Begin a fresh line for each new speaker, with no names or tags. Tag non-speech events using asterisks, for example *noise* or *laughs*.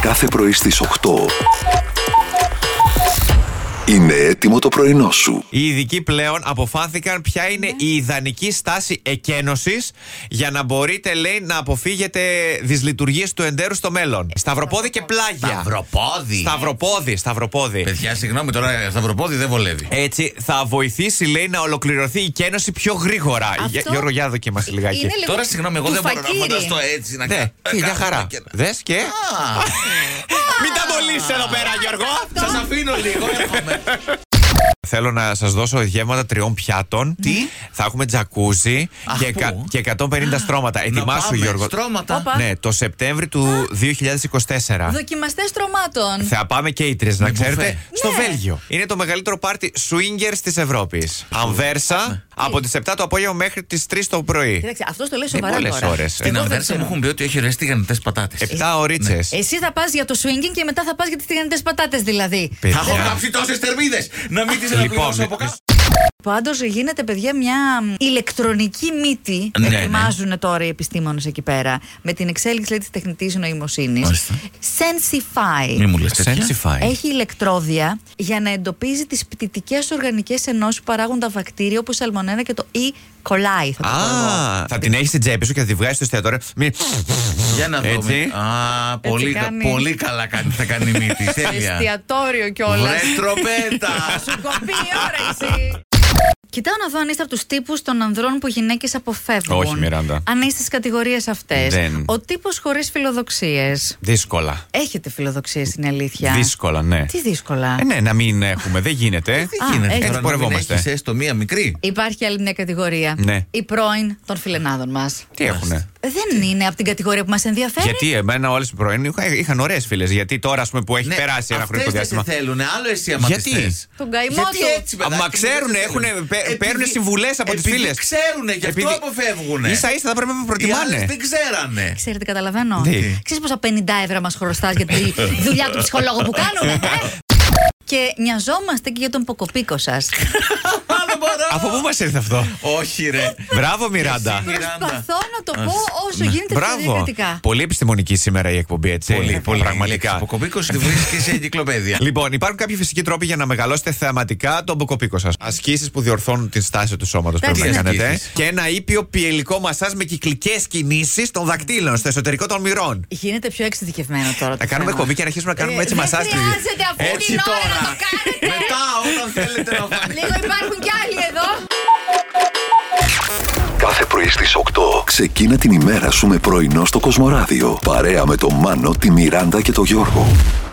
κάθε πρωί στις 8. Είναι έτοιμο το πρωινό σου.
Οι ειδικοί πλέον αποφάθηκαν ποια είναι
Ναι.
η ιδανική στάση εκένωσης για να μπορείτε, λέει, να αποφύγετε δυσλειτουργίες του εντέρου στο μέλλον.
Ε,
Σταυροπόδι και πλάγια.
Σταυροπόδι.
Σταυροπόδι, σταυροπόδι.
Παιδιά, συγγνώμη τώρα, σταυροπόδι δεν
Ε,
βολεύει.
Έτσι θα βοηθήσει, λέει, να ολοκληρωθεί η κένωση πιο γρήγορα.
Αυτό
Γε- Γιώργο, για δοκίμασε λιγάκι.
Είναι λίγο
Τώρα, συγγνώμη, εγώ
του
δεν μπορώ να
φακύρι.
φανταστώ έτσι να
Ναι,
κάνω.
και μια χαρά. Δες και. Μην τα μολύσεις εδώ πέρα, Γιώργο.
Σα αφήνω λίγο,
*laughs*
έρχομαι.
Θέλω να σας δώσω γεύματα τριών πιάτων. Ναι.
Τι?
Θα έχουμε τζακούζι
Αχ,
και,
πού?
κα- και 150 στρώματα.
Να
Ετοιμάσου,
πάμε,
Γιώργο.
Στρώματα.
Όπα.
Ναι, το Σεπτέμβρη του 2024.
Δοκιμαστέ τρομάτων.
Θα πάμε και οι τρει, να ξέρετε,
μπουφέ.
στο
Ναι.
Βέλγιο. Είναι το μεγαλύτερο πάρτι swingers της Ευρώπης. Αμβέρσα, από τις 7 το απόγευμα μέχρι τις 3 το πρωί.
Κοίταξε, αυτός το λέει
Είναι
σοβαρά
πολλέ
τώρα.
ώρες.
Στην Ανδέρσα μου έχουν πει ότι έχει ωραίε τηγανιτέ πατάτε.
7 ωρίτσες.
Εσύ θα πας για το swinging και μετά θα πας για τις τηγανιτέ πατάτες δηλαδή.
Θα έχω κάψει τόσε θερμίδε να μην τις
Λοιπόν,
αναπληρώσω από κάτω.
Πάντως γίνεται, παιδιά, μια ηλεκτρονική μύτη.
Ναι, ναι.
Ετοιμάζουν τώρα οι επιστήμονες εκεί πέρα. Με την εξέλιξη της τεχνητής νοημοσύνης.
Μάλιστα.
Sensify.
Μη μου λες τέτοια.
ε, Sensify.
Έχει ηλεκτρόδια για να εντοπίζει τις πτυτικές οργανικές ενώσεις που παράγουν τα βακτήρια όπως η σαλμονένα και το E. coli. Θα το πω εγώ.
Α, θα την έχεις στην τσέπη σου και θα τη βγάζεις στο εστιατόριο. Μη-
Για να
Έτσι.
δούμε. Α, πολύ, κα-
κάνει.
πολύ καλά κάνει, θα κάνει η
*laughs*
μύτη. Τέλεια.
Εστιατόριο κιόλας.
Βρε τροπέτα.
Σου κοπεί η ώρα, εσύ. Κοιτάω να δω αν είστε από τους τύπους των ανδρών που γυναίκες αποφεύγουν.
Όχι, Μιράντα.
Αν είστε στις κατηγορίες αυτές.
Δεν.
Ο τύπος χωρίς φιλοδοξίες.
Δύσκολα.
Έχετε φιλοδοξίες, είναι αλήθεια.
Δύσκολα, ναι.
Τι δύσκολα.
Ε, ναι, να μην έχουμε. Δεν γίνεται.
Τι Ε, γίνεται τώρα,
έχει.
Έτσι
να
πορευόμαστε.
μην έχεις ε. έστω μία μικρή.
Υπάρχει άλλη μια κατηγορία.
Ναι.
Η πρώην των φιλενάδων μας.
Τι έχουνε.
Δεν είναι από την κατηγορία που μας ενδιαφέρει.
Γιατί εμένα όλες οι πρώην είχα- είχαν ωραίες φίλες. Γιατί τώρα, ας πούμε, που έχει
Ναι,
περάσει ένα
αυτές
χρονικό
δεν
διάστημα.
σε θέλουν, άλλο εσύ άμα
Γιατί?
τις θες.
Τον καημό
Γιατί
του.
έτσι, παιδάκι
Μα
μου,
ξέρουνε,
δεν σε
έχουνε,
θέλουν.
πε-
Επειδή-
παίρνουνε συμβουλές από τις
επειδή
φίλες.
ξέρουνε, γι' αυτό
Επειδή-
αποφεύγουνε.
σα ίσα θα πρέπει να
Οι άλλες
προτιμάνε.
δεν
*laughs*
ξέρανε.
Ξέρετε, καταλαβαίνω.
Τι.
Ξέρεις πόσα 50 ευρώ μας χρωστάς για
*laughs*
τη δουλειά του ψυχολόγου που κάνουμε. ε? και νοιαζόμαστε και για τον ποκοπίκο σας.
Α, δεν μπορώ.
Από πού μας ήρθε
*laughs*
αυτό.
Όχι ρε.
Μπράβο, Μιράντα.
Εσύ, Μιράντα.
Προσπαθώ να το πω όσο γίνεται πιο
Ναι. Μπράβο.
διακριτικά.
Πολύ επιστημονική σήμερα η εκπομπή, έτσι. Πραγματικά.
Αποκοπήκο τη βρίσκει
*laughs*
σε εγκυκλοπαίδεια.
Λοιπόν, υπάρχουν κάποιοι φυσικοί τρόποι για να μεγαλώσετε θεαματικά τον μποκοπίκο σας. Ασκήσεις που διορθώνουν την στάση του σώματος πρέπει να
Εντάξει,
κάνετε.
ασκήσεις.
Και ένα ήπιο πιελικό μασάζ με κυκλικές κινήσεις των δακτύλων στο εσωτερικό των μυρών.
Γίνεται πιο εξειδικευμένο τώρα. το
Να κάνουμε
θέμα.
εκπομπή και να αρχίσουμε να κάνουμε
Ε,
έτσι μασάζ.
Δεν χρειάζεται αφού
Έτσι
την ώρα να
τώρα.
το κάνετε.
Μετά όταν θέλετε να φάνε.
Λίγο υπάρχουν κι άλλοι εδώ.
Κάθε πρωί στις 8. Ξεκίνα την ημέρα σου με πρωινό στο Κοσμοράδιο. Παρέα με τον Μάνο, τη Μιράντα και τον Γιώργο.